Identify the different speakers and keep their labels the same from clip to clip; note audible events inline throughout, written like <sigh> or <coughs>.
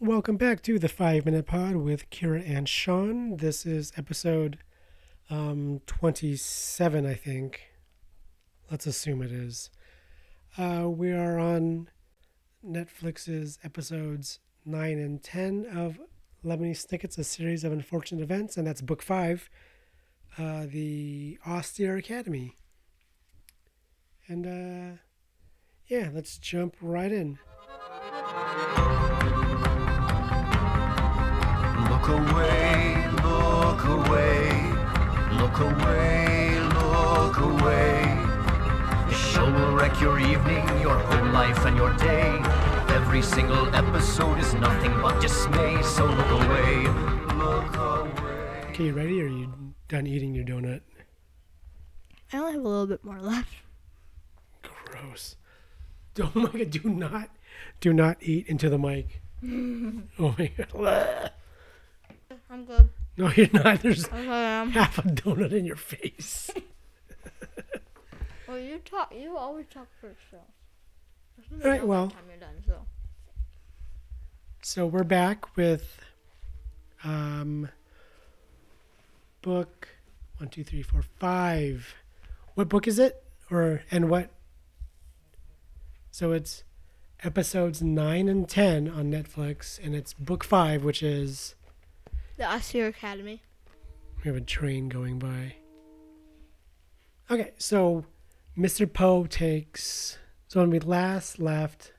Speaker 1: Welcome back to the Five Minute Pod with Kira and Sean. This is episode um, 27, I think. Let's assume it is. Uh, we are on Netflix's episodes 9 and 10 of Lebanese Snickets, a series of unfortunate events, and that's book five, uh, The Austere Academy. And uh, yeah, let's jump right in.
Speaker 2: Look away, look away, look away, look away. The show will wreck your evening, your whole life, and your day. Every single episode is nothing but dismay, so look away, look away.
Speaker 1: Okay, you ready? Or are you done eating your donut?
Speaker 3: I only have a little bit more left.
Speaker 1: Gross. <laughs> Oh my god, do not do not eat into the mic. oh my god.
Speaker 3: I'm good.
Speaker 1: No, you're not. There's
Speaker 3: Um,
Speaker 1: half a donut in your face.
Speaker 3: well, you talk. You always talk first, so. There's no
Speaker 1: All right,
Speaker 3: doubt
Speaker 1: well.
Speaker 3: Time you're done, so.
Speaker 1: So we're back with um book one, two, three, four, five. What book is it? Or and what? So it's episodes nine and ten on Netflix, and it's book five, which is
Speaker 3: The Austere Academy.
Speaker 1: We have a train going by. Okay, so Mr. Poe takes. So when we last left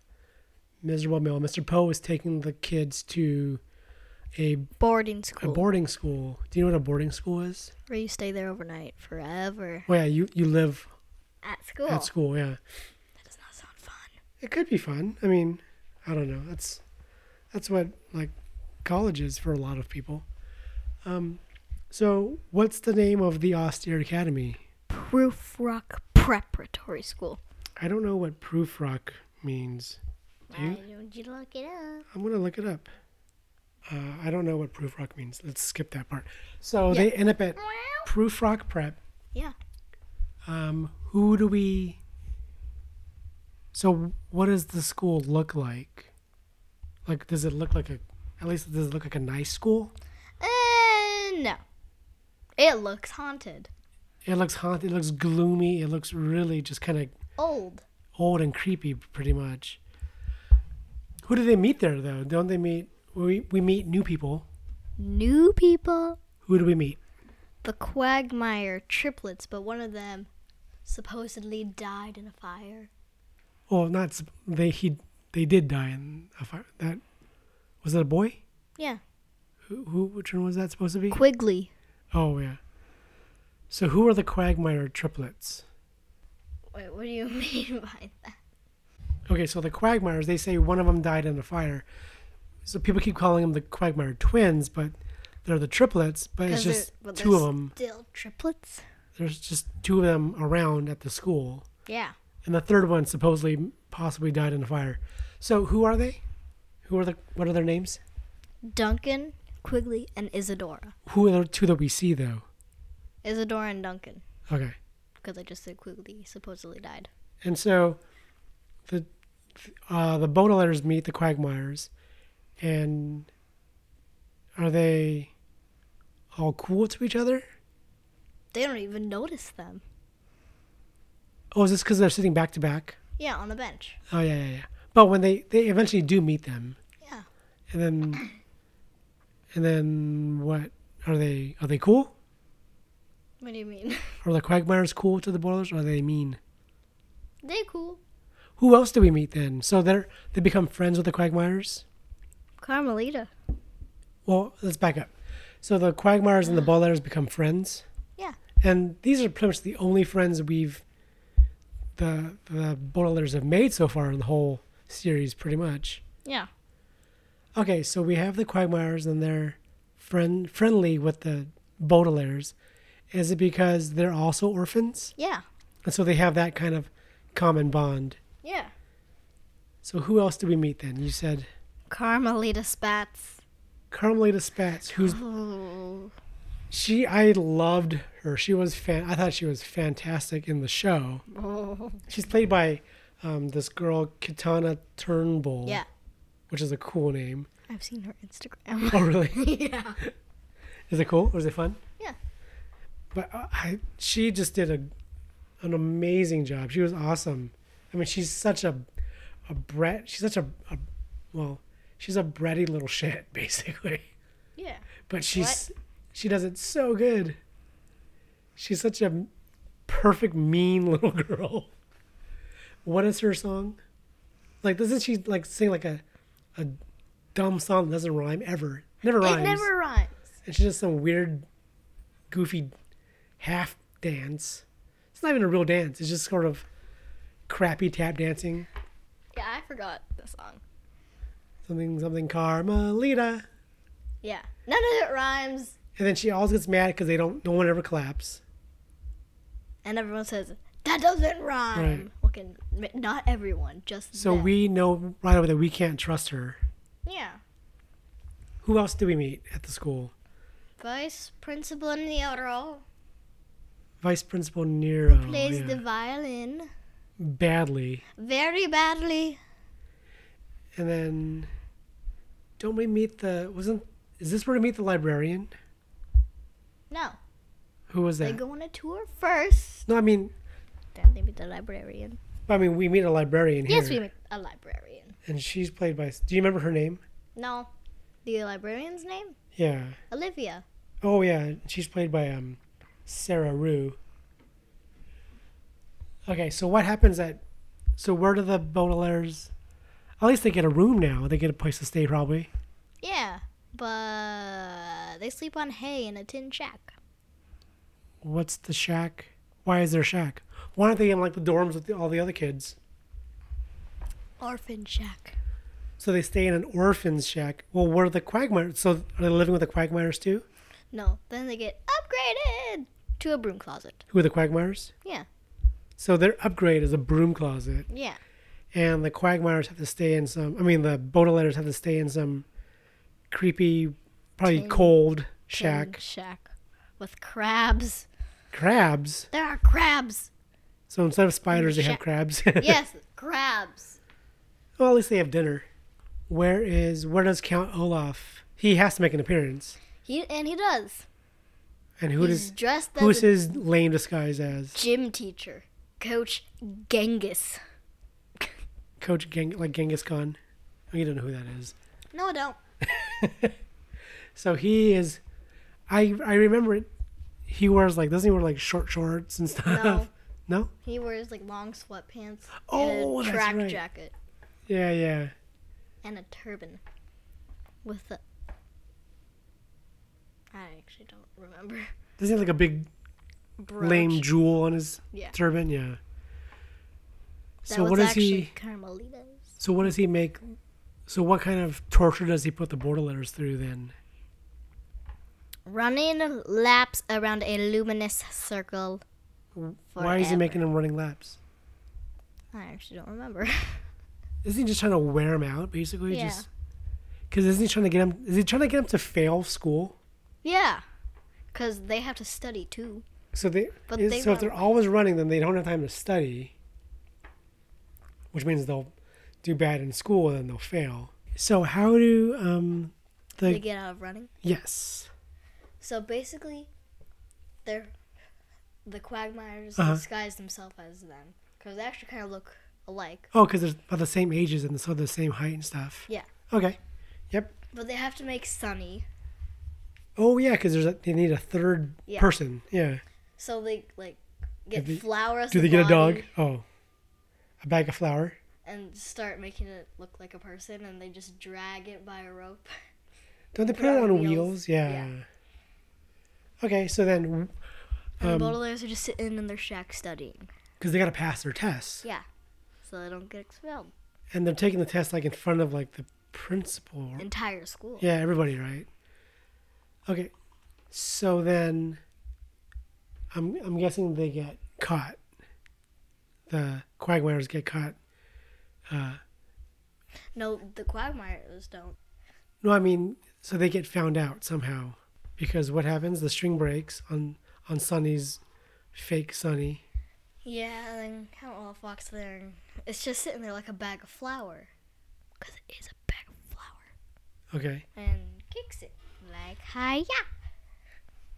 Speaker 1: Miserable Mill, Mr. Poe was taking the kids to a,
Speaker 3: Boarding
Speaker 1: a
Speaker 3: school.
Speaker 1: boarding school. Do you know what a boarding school is?
Speaker 3: where you stay there overnight forever.
Speaker 1: Well, yeah, you, you live
Speaker 3: At school.
Speaker 1: at school, yeah.
Speaker 3: That does not sound fun.
Speaker 1: It could be fun. I mean, I don't know. That's that's what like college is for a lot of people. Um, so what's the name of the austere academy?
Speaker 3: Proof Rock Preparatory School.
Speaker 1: I don't know what proof rock means. Do you?
Speaker 3: don't you look it up?
Speaker 1: I'm gonna look it up. Uh, I don't know what proof rock means. Let's skip that part. So
Speaker 3: Yeah.
Speaker 1: they end up at proof rock prep.
Speaker 3: Yeah.
Speaker 1: Um, who do we? So what does the school look like? Like, does it look like a? At least does it look like a nice school?
Speaker 3: Uh, no. It looks haunted.
Speaker 1: It looks haunted. It looks gloomy. It looks really just kind of
Speaker 3: Old.
Speaker 1: old and creepy, pretty much. Who do they meet there though? Don't they meet? We we meet new people.
Speaker 3: New people.
Speaker 1: Who do we meet?
Speaker 3: the Quagmire triplets, but one of them supposedly died in a fire.
Speaker 1: Well, not sup- they. He they did die in a fire. That was it. A boy?
Speaker 3: Yeah.
Speaker 1: Who, who? Which one was that supposed to be?
Speaker 3: Quigley.
Speaker 1: Oh yeah. So who are the Quagmire triplets?
Speaker 3: Wait, what do you <laughs> mean by that?
Speaker 1: Okay, so the Quagmires. They say one of them died in a fire. So people keep calling them the Quagmire twins, but they're the triplets. But it's
Speaker 3: 'Cause they're-
Speaker 1: just
Speaker 3: but
Speaker 1: two
Speaker 3: they're
Speaker 1: of them.
Speaker 3: Still triplets?
Speaker 1: There's just two of them around at the school,
Speaker 3: Yeah.
Speaker 1: and the third one supposedly possibly died in a fire. So who are they? Who are the? What are their names?
Speaker 3: Duncan, Quigley, and Isadora.
Speaker 1: Who are the two that we see though?
Speaker 3: Isadora and Duncan,
Speaker 1: Okay.
Speaker 3: because I just said Quigley supposedly died.
Speaker 1: And so the uh, the Boneletters meet the Quagmires, and are they all cool to each other?
Speaker 3: They don't even notice them.
Speaker 1: Oh, is this because they're sitting back to back?
Speaker 3: Yeah, on the bench.
Speaker 1: Oh yeah, yeah, yeah. But when they they eventually do meet them,
Speaker 3: Yeah.
Speaker 1: and then and then what are they? Are they cool?
Speaker 3: What do you mean?
Speaker 1: Are the Quagmires cool to the Boneletters? Or are they mean?
Speaker 3: <laughs> they cool.
Speaker 1: Who else do we meet then? So they're they become friends with the Quagmires.
Speaker 3: Carmelita.
Speaker 1: Well, let's back up. So the Quagmires and the Boneletters become friends.
Speaker 3: Yeah.
Speaker 1: and these are pretty much the only friends we've the the Borderlanders have made so far in the whole series, pretty much.
Speaker 3: Yeah.
Speaker 1: Okay, so we have the Quagmires, and they're friend friendly with the Baudelaires. Is it because they're also orphans,
Speaker 3: Yeah.
Speaker 1: and so they have that kind of common bond?
Speaker 3: Yeah.
Speaker 1: So who else do we meet then? You said
Speaker 3: Carmelita Spats.
Speaker 1: Carmelita Spatz, who's
Speaker 3: Ooh.
Speaker 1: she? I loved her. She was fan. I thought she was fantastic in the show.
Speaker 3: Oh.
Speaker 1: She's played by um, this girl, Katana Turnbull.
Speaker 3: Yeah.
Speaker 1: which is a cool name. <laughs>
Speaker 3: I've seen her Instagram.
Speaker 1: Oh, really?
Speaker 3: yeah.
Speaker 1: Is it cool? Or is it fun?
Speaker 3: Yeah.
Speaker 1: But uh, I, she just did a, an amazing job. She was awesome. I mean, she's such a, a Brett. She's such a, a well, she's a bratty little <laughs> shit, basically.
Speaker 3: Yeah.
Speaker 1: But she's she does it so good. She's such a perfect mean <laughs> little girl. What is her song? Like doesn't she like sing like a a dumb song that doesn't rhyme ever? Never rhymes.
Speaker 3: It never rhymes.
Speaker 1: And she does some weird goofy half dance. It's not even a real dance. It's just sort of crappy tap dancing.
Speaker 3: Yeah, I forgot the song.
Speaker 1: Something something Carmelita.
Speaker 3: Yeah. None of it rhymes,
Speaker 1: And then she always gets mad because they don't no one ever claps.
Speaker 3: and everyone says, that doesn't rhyme. Okay, n- not everyone, just
Speaker 1: So
Speaker 3: them.
Speaker 1: we know right away that we can't trust her.
Speaker 3: Yeah.
Speaker 1: Who else do we meet at the school?
Speaker 3: Vice Principal Nero
Speaker 1: Vice Principal Nero.
Speaker 3: plays
Speaker 1: Oh, yeah.
Speaker 3: the violin
Speaker 1: Badly.
Speaker 3: very badly.
Speaker 1: And then don't we meet the wasn't is this where we meet the librarian?
Speaker 3: No,
Speaker 1: Who was
Speaker 3: they
Speaker 1: that?
Speaker 3: go on a tour first.
Speaker 1: No, I mean
Speaker 3: Then they meet the librarian.
Speaker 1: I mean we meet a librarian here.
Speaker 3: Yes, we meet a librarian.
Speaker 1: And she's played by do you remember her name?
Speaker 3: No, the librarian's name?
Speaker 1: Yeah.
Speaker 3: Olivia.
Speaker 1: Oh yeah, she's played by um Sarah Rue. Okay, so what happens at so where do the Baudelaires at least they get a room now. They get a place to stay probably.
Speaker 3: Yeah, but they sleep on hay in a tin shack.
Speaker 1: What's the shack? Why is there a shack? Why aren't they in like the dorms with the, all the other kids?
Speaker 3: Orphan shack.
Speaker 1: So they stay in an orphan's shack. Well, where are the Quagmires? So are they living with the Quagmires too?
Speaker 3: No, then they get upgraded to a broom closet.
Speaker 1: Who are the Quagmires?
Speaker 3: Yeah,
Speaker 1: So their upgrade is a broom closet,
Speaker 3: yeah,
Speaker 1: and the Quagmires have to stay in some. I mean, the Baudelaires have to stay in some creepy, probably cold shack.
Speaker 3: Tin shack with crabs.
Speaker 1: Crabs.
Speaker 3: There are crabs.
Speaker 1: So instead of spiders, they have
Speaker 3: Shack.
Speaker 1: crabs. <laughs>
Speaker 3: yes, <laughs> crabs.
Speaker 1: well, at least they have dinner. Where is where does Count Olaf? He has to make an appearance.
Speaker 3: He and he does.
Speaker 1: And who
Speaker 3: He's
Speaker 1: does
Speaker 3: dressed as
Speaker 1: Who's
Speaker 3: a
Speaker 1: his lame disguise as?
Speaker 3: gym teacher, Coach Genghis.
Speaker 1: Coach Geng- like Genghis Khan. Oh, you don't know who that is.
Speaker 3: No, I don't.
Speaker 1: So he is. I I remember it. He wears like doesn't he wear like short shorts and <laughs> stuff? No.
Speaker 3: He wears like long sweatpants
Speaker 1: Oh,
Speaker 3: and
Speaker 1: that's
Speaker 3: a track
Speaker 1: right.
Speaker 3: jacket
Speaker 1: Yeah, yeah.
Speaker 3: and a turban with a. I actually don't remember.
Speaker 1: Doesn't he have like a big
Speaker 3: Brooch.
Speaker 1: lame jewel on his
Speaker 3: Yeah.
Speaker 1: turban? Yeah.
Speaker 3: That
Speaker 1: So
Speaker 3: was
Speaker 1: what does
Speaker 3: actually
Speaker 1: he?
Speaker 3: Carmelita's.
Speaker 1: So what does he make? So what kind of torture does he put the Baudelaires through then?
Speaker 3: Running laps around a luminous circle.
Speaker 1: Why is he
Speaker 3: Forever.
Speaker 1: making them running laps?
Speaker 3: I actually don't remember. <laughs>
Speaker 1: Isn't he just trying to wear him out basically?
Speaker 3: Yeah.
Speaker 1: Just because isn't he trying to get him? Is he trying to get him to fail school?
Speaker 3: yeah, because they have to study too.
Speaker 1: So they,
Speaker 3: But
Speaker 1: is-
Speaker 3: they
Speaker 1: so if
Speaker 3: run.
Speaker 1: they're always running, then they don't have time to study, which means they'll do bad in school and then they'll fail. So how do um
Speaker 3: They
Speaker 1: the
Speaker 3: get out of running.
Speaker 1: yes
Speaker 3: So basically, they're the Quagmires
Speaker 1: Uh-huh.
Speaker 3: disguise themselves as them because they actually kind of look alike.
Speaker 1: oh because they're about the same ages and so the same height and stuff.
Speaker 3: Yeah,
Speaker 1: Okay, yep.
Speaker 3: but they have to make Sunny.
Speaker 1: Oh yeah, because there's a, they need a third
Speaker 3: Yeah.
Speaker 1: person. Yeah.
Speaker 3: So they like get
Speaker 1: Do they-
Speaker 3: flour as
Speaker 1: Do
Speaker 3: the
Speaker 1: they get a dog?
Speaker 3: body
Speaker 1: Oh, a bag of flour.
Speaker 3: and start making it look like a person, and they just drag it by a rope. <laughs>
Speaker 1: Don't they put it on wheels? Yeah.
Speaker 3: Yeah.
Speaker 1: Okay, so then
Speaker 3: And
Speaker 1: Um,
Speaker 3: the Baudelaires are just sitting in their shack studying.
Speaker 1: because they got to pass their tests.
Speaker 3: Yeah, so they don't get expelled.
Speaker 1: and they're taking the test like in front of like the principal.
Speaker 3: Entire school.
Speaker 1: Yeah, everybody, right? Okay, so then I'm I'm guessing they get caught. The quagmires get caught.
Speaker 3: No, the Quagmires don't.
Speaker 1: No, I mean, so they get found out somehow because what happens? The string breaks on on Sunny's fake Sunny.
Speaker 3: Yeah, and then Count Olaf walks there, and it's just sitting there like a bag of flour. Because it is a bag of
Speaker 1: Okay.
Speaker 3: and kicks it like hiya.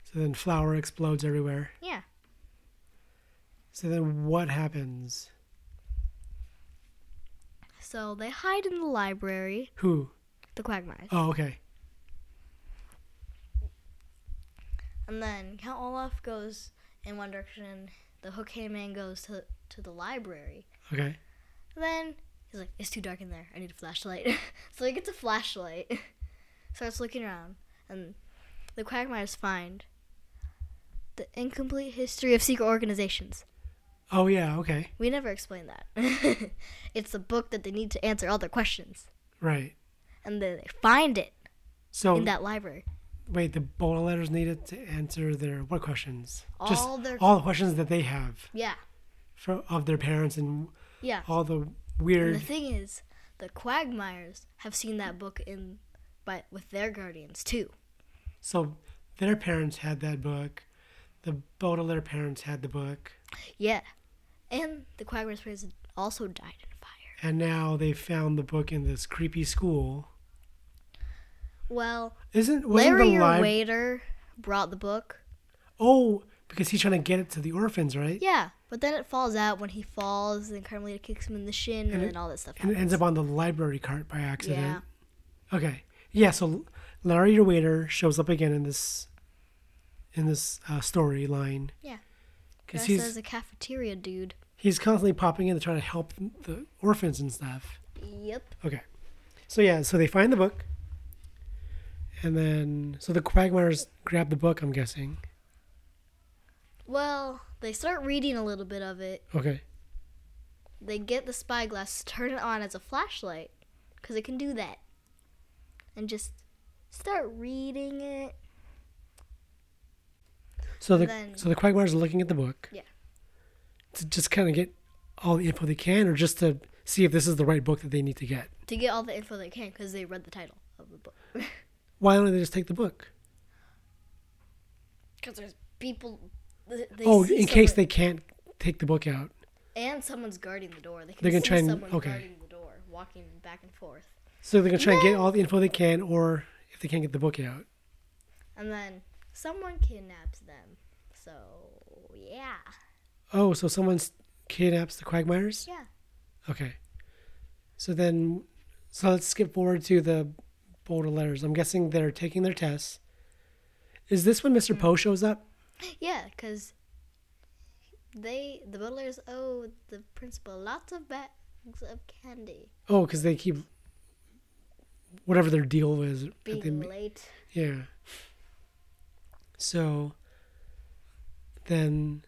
Speaker 1: So then flour explodes everywhere.
Speaker 3: Yeah.
Speaker 1: So then what happens?
Speaker 3: So they hide in the library,
Speaker 1: Who?
Speaker 3: the Quagmires,
Speaker 1: Oh, okay.
Speaker 3: and then Count Olaf goes in one direction. The Hookay Man goes to to the library.
Speaker 1: Okay.
Speaker 3: Then he's like, "It's too dark in there. I need a flashlight." <laughs> so he gets a flashlight, <laughs> starts looking around, and the Quagmires find the incomplete history of secret organizations.
Speaker 1: Oh, yeah, okay.
Speaker 3: We never explain that. <laughs> it's a book that they need to answer all their questions,
Speaker 1: Right.
Speaker 3: and then they find it
Speaker 1: So,
Speaker 3: in that library.
Speaker 1: wait, the bowl letters needed to answer their what questions? Just
Speaker 3: All their-
Speaker 1: all the questions that they have
Speaker 3: Yeah,
Speaker 1: for, of their parents and
Speaker 3: yeah.
Speaker 1: all the
Speaker 3: And
Speaker 1: weird.
Speaker 3: the thing is, the Quagmires have seen that book in, but with their guardians too.
Speaker 1: So, their parents had that book. The Baudelaire parents had the book.
Speaker 3: Yeah, and the Quagmires parents also died in fire.
Speaker 1: And now they found the book in this creepy school.
Speaker 3: Well,
Speaker 1: Isn't wasn't
Speaker 3: Larry,
Speaker 1: the
Speaker 3: your
Speaker 1: live?
Speaker 3: waiter, brought the book.
Speaker 1: Oh, because he's trying to get it to the orphans, right?
Speaker 3: Yeah, but then it falls out when he falls, and Carmelita kicks him in the shin, and,
Speaker 1: it-
Speaker 3: then all that stuff
Speaker 1: And
Speaker 3: happens.
Speaker 1: it ends up on the library cart by accident.
Speaker 3: yeah,
Speaker 1: Okay. Yeah. So Larry, your waiter, shows up again in this in this uh, storyline
Speaker 3: yeah.
Speaker 1: because
Speaker 3: Dressed
Speaker 1: he's
Speaker 3: as a cafeteria dude.
Speaker 1: he's constantly popping in to try to help the orphans and stuff.
Speaker 3: Yep.
Speaker 1: Okay. So yeah, so they find the book, and then so the Quagmires grab the book. I'm guessing.
Speaker 3: Well, they start reading a little bit of it.
Speaker 1: Okay.
Speaker 3: They get the spyglass, turn it on as a flashlight, because it can do that. And just start reading it.
Speaker 1: So the
Speaker 3: Then-
Speaker 1: so the Quagmires are looking at the book.
Speaker 3: Yeah.
Speaker 1: To just kind of get all the info they can, or just to see if this is the right book that they need to get.
Speaker 3: To get all the info they can, because they read the title of the book. <laughs>
Speaker 1: Why don't they just take the book?
Speaker 3: Because there's people. th- They
Speaker 1: oh,
Speaker 3: see
Speaker 1: in case
Speaker 3: someone-
Speaker 1: they can't take the book out.
Speaker 3: And someone's guarding the door. They can
Speaker 1: They're gonna
Speaker 3: see
Speaker 1: try and-
Speaker 3: someone
Speaker 1: okay.
Speaker 3: guarding the door, walking back and forth.
Speaker 1: So they're gonna try and get all the info they can, or if they can't get the book out.
Speaker 3: And then someone kidnaps them. So, yeah.
Speaker 1: Oh, so someone s- kidnaps the Quagmires.
Speaker 3: Yeah.
Speaker 1: Okay. So then, so let's skip forward to the bolder letters. I'm guessing they're taking their tests. Is this when
Speaker 3: Mm.
Speaker 1: Mr. Poe shows up?
Speaker 3: Yeah, because they, the butlers owe the principal lots of bags of candy.
Speaker 1: Oh, because they keep whatever their deal is. that they
Speaker 3: Being
Speaker 1: ma-
Speaker 3: late.
Speaker 1: Yeah. So then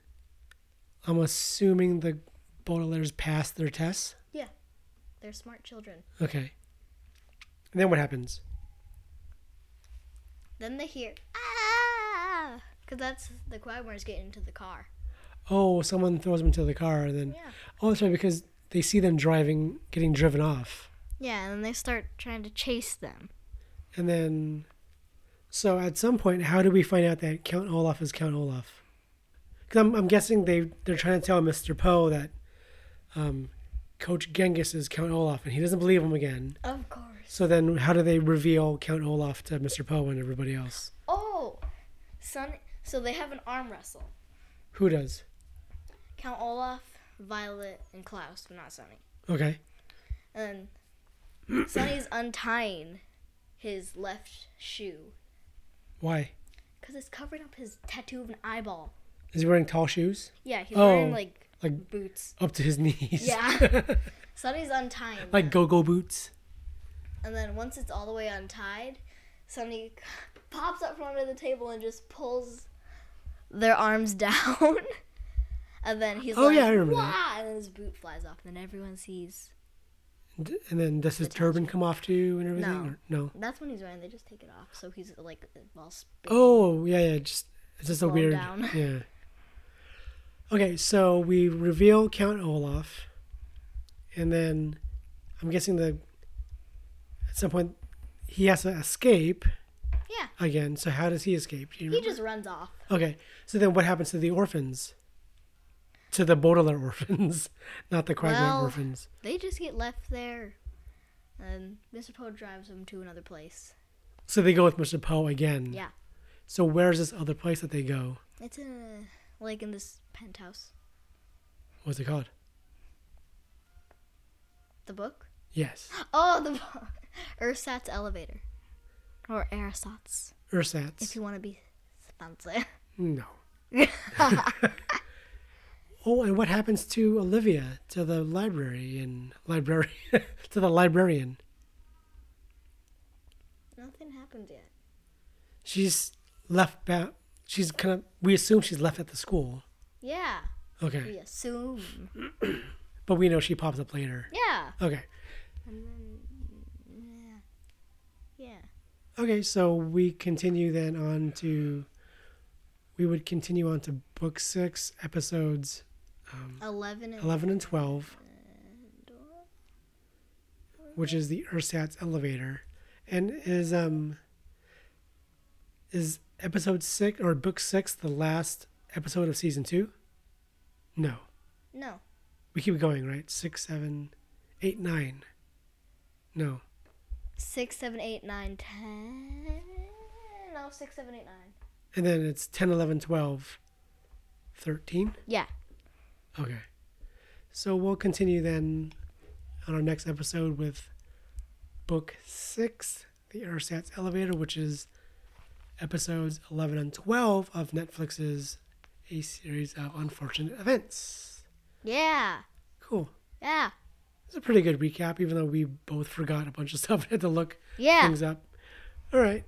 Speaker 1: I'm assuming the Baudelaire's passed their tests.
Speaker 3: Yeah. They're smart children.
Speaker 1: Okay. And then what happens?
Speaker 3: Then they hear, ah! Because that's the Quagmires getting into the car.
Speaker 1: Oh, someone throws them into the car and then
Speaker 3: Yeah.
Speaker 1: Oh, that's right, because they see them driving getting driven off.
Speaker 3: Yeah, and then they start trying to chase them.
Speaker 1: And then so at some point how do we find out that Count Olaf is Count Olaf? Cuz I'm I'm guessing they they're trying to tell Mr. Poe that um Coach Genghis is Count Olaf and he doesn't believe him again.
Speaker 3: Of course.
Speaker 1: So then, how do they reveal Count Olaf to Mr. Poe and everybody else?
Speaker 3: Oh! Son, so they have an arm wrestle.
Speaker 1: Who does?
Speaker 3: Count Olaf, Violet, and Klaus, but not Sonny.
Speaker 1: Okay.
Speaker 3: And <coughs> Sonny's untying his left shoe
Speaker 1: Why?
Speaker 3: because it's covering up his tattoo of an eyeball.
Speaker 1: Is he wearing tall shoes?
Speaker 3: Yeah, he's
Speaker 1: Oh.
Speaker 3: wearing like
Speaker 1: Like
Speaker 3: boots.
Speaker 1: up to his <laughs> knees?
Speaker 3: Yeah. Sonny's untying.
Speaker 1: <laughs> like go go boots?
Speaker 3: and then once it's all the way untied, Sonny <laughs> pops up from under the table and just pulls their arms <laughs> down. and then he's
Speaker 1: Oh,
Speaker 3: like,
Speaker 1: yeah, I remember that.
Speaker 3: "Wah!" And then his boot flies off, and then everyone sees.
Speaker 1: And and then does his turban come off too and everything?
Speaker 3: No.
Speaker 1: Or, no.
Speaker 3: That's when he's wearing. They just take it off, so he's like all spinning.
Speaker 1: Oh, yeah, yeah. Just it's just a
Speaker 3: Blown
Speaker 1: weird.
Speaker 3: down.
Speaker 1: Yeah. Okay, so we reveal Count Olaf, and then I'm guessing the at some point he has to escape
Speaker 3: Yeah,
Speaker 1: again. So how does he escape? Do you
Speaker 3: he
Speaker 1: remember?
Speaker 3: just runs off.
Speaker 1: Okay, so then what happens to the orphans? To the Baudelaire orphans, <laughs> not the Quagmire
Speaker 3: Well-
Speaker 1: orphans.
Speaker 3: They just get left there And Mr. Poe drives him to another place.
Speaker 1: So they go with Mr. Poe again.
Speaker 3: Yeah.
Speaker 1: So where's this other place that they go?
Speaker 3: It's in a, like in this penthouse.
Speaker 1: What's it called?
Speaker 3: The book?
Speaker 1: Yes. <gasps>
Speaker 3: Oh, the book. <laughs> Ersatz Elevator. Or Ersatz, if
Speaker 1: Ersatz.
Speaker 3: you want to be fancy. <laughs>
Speaker 1: No. Oh, and what happens to Olivia, to the library and library, <laughs> to the librarian?
Speaker 3: Nothing happened yet.
Speaker 1: She's left back. She's kind of. We assume she's left at the school.
Speaker 3: Yeah. We
Speaker 1: Okay,
Speaker 3: assume.
Speaker 1: but we know she pops up later.
Speaker 3: Yeah.
Speaker 1: Okay,
Speaker 3: And then, yeah. Yeah.
Speaker 1: okay. So we continue then on to. We would continue on to book six, episodes
Speaker 3: 11 and
Speaker 1: eleven and twelve, which is the Ersatz elevator, and is um. Is episode six or book six the last episode of season two? No,
Speaker 3: No.
Speaker 1: we keep going right. Six, seven, eight, nine. No.
Speaker 3: Six, seven, eight, nine, ten. No, six, seven, eight, nine.
Speaker 1: And then it's 10, 11, 12, 13.
Speaker 3: Yeah.
Speaker 1: Okay. So we'll continue then on our next episode with book six, The Ersatz Elevator, which is episodes 11 and 12 of Netflix's A Series of Unfortunate Events.
Speaker 3: Yeah.
Speaker 1: Cool.
Speaker 3: Yeah.
Speaker 1: It's a pretty good recap, even though we both forgot a bunch of <laughs> stuff and had to look
Speaker 3: Yeah.
Speaker 1: things up. All right.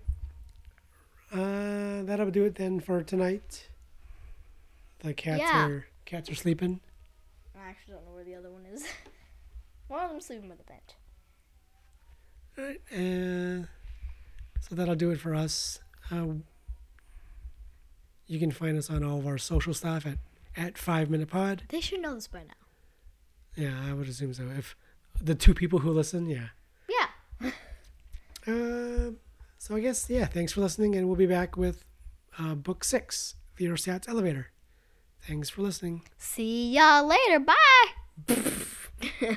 Speaker 1: Uh, that'll do it then for tonight. The cats
Speaker 3: Yeah.
Speaker 1: are cats are sleeping.
Speaker 3: I actually don't know where the other one is. <laughs> one of them's sleeping by the bed.
Speaker 1: All right. Uh, so that'll do it for us. Uh, you can find us on all of our social stuff at at Five Minute Pod.
Speaker 3: They should know this by now.
Speaker 1: Yeah, I would assume so. If the two people who listen, yeah.
Speaker 3: Yeah.
Speaker 1: Uh, so I guess yeah. Thanks for listening, and we'll be back with uh, book six, The Ersatz Elevator. Thanks for listening.
Speaker 3: See y'all later. Bye.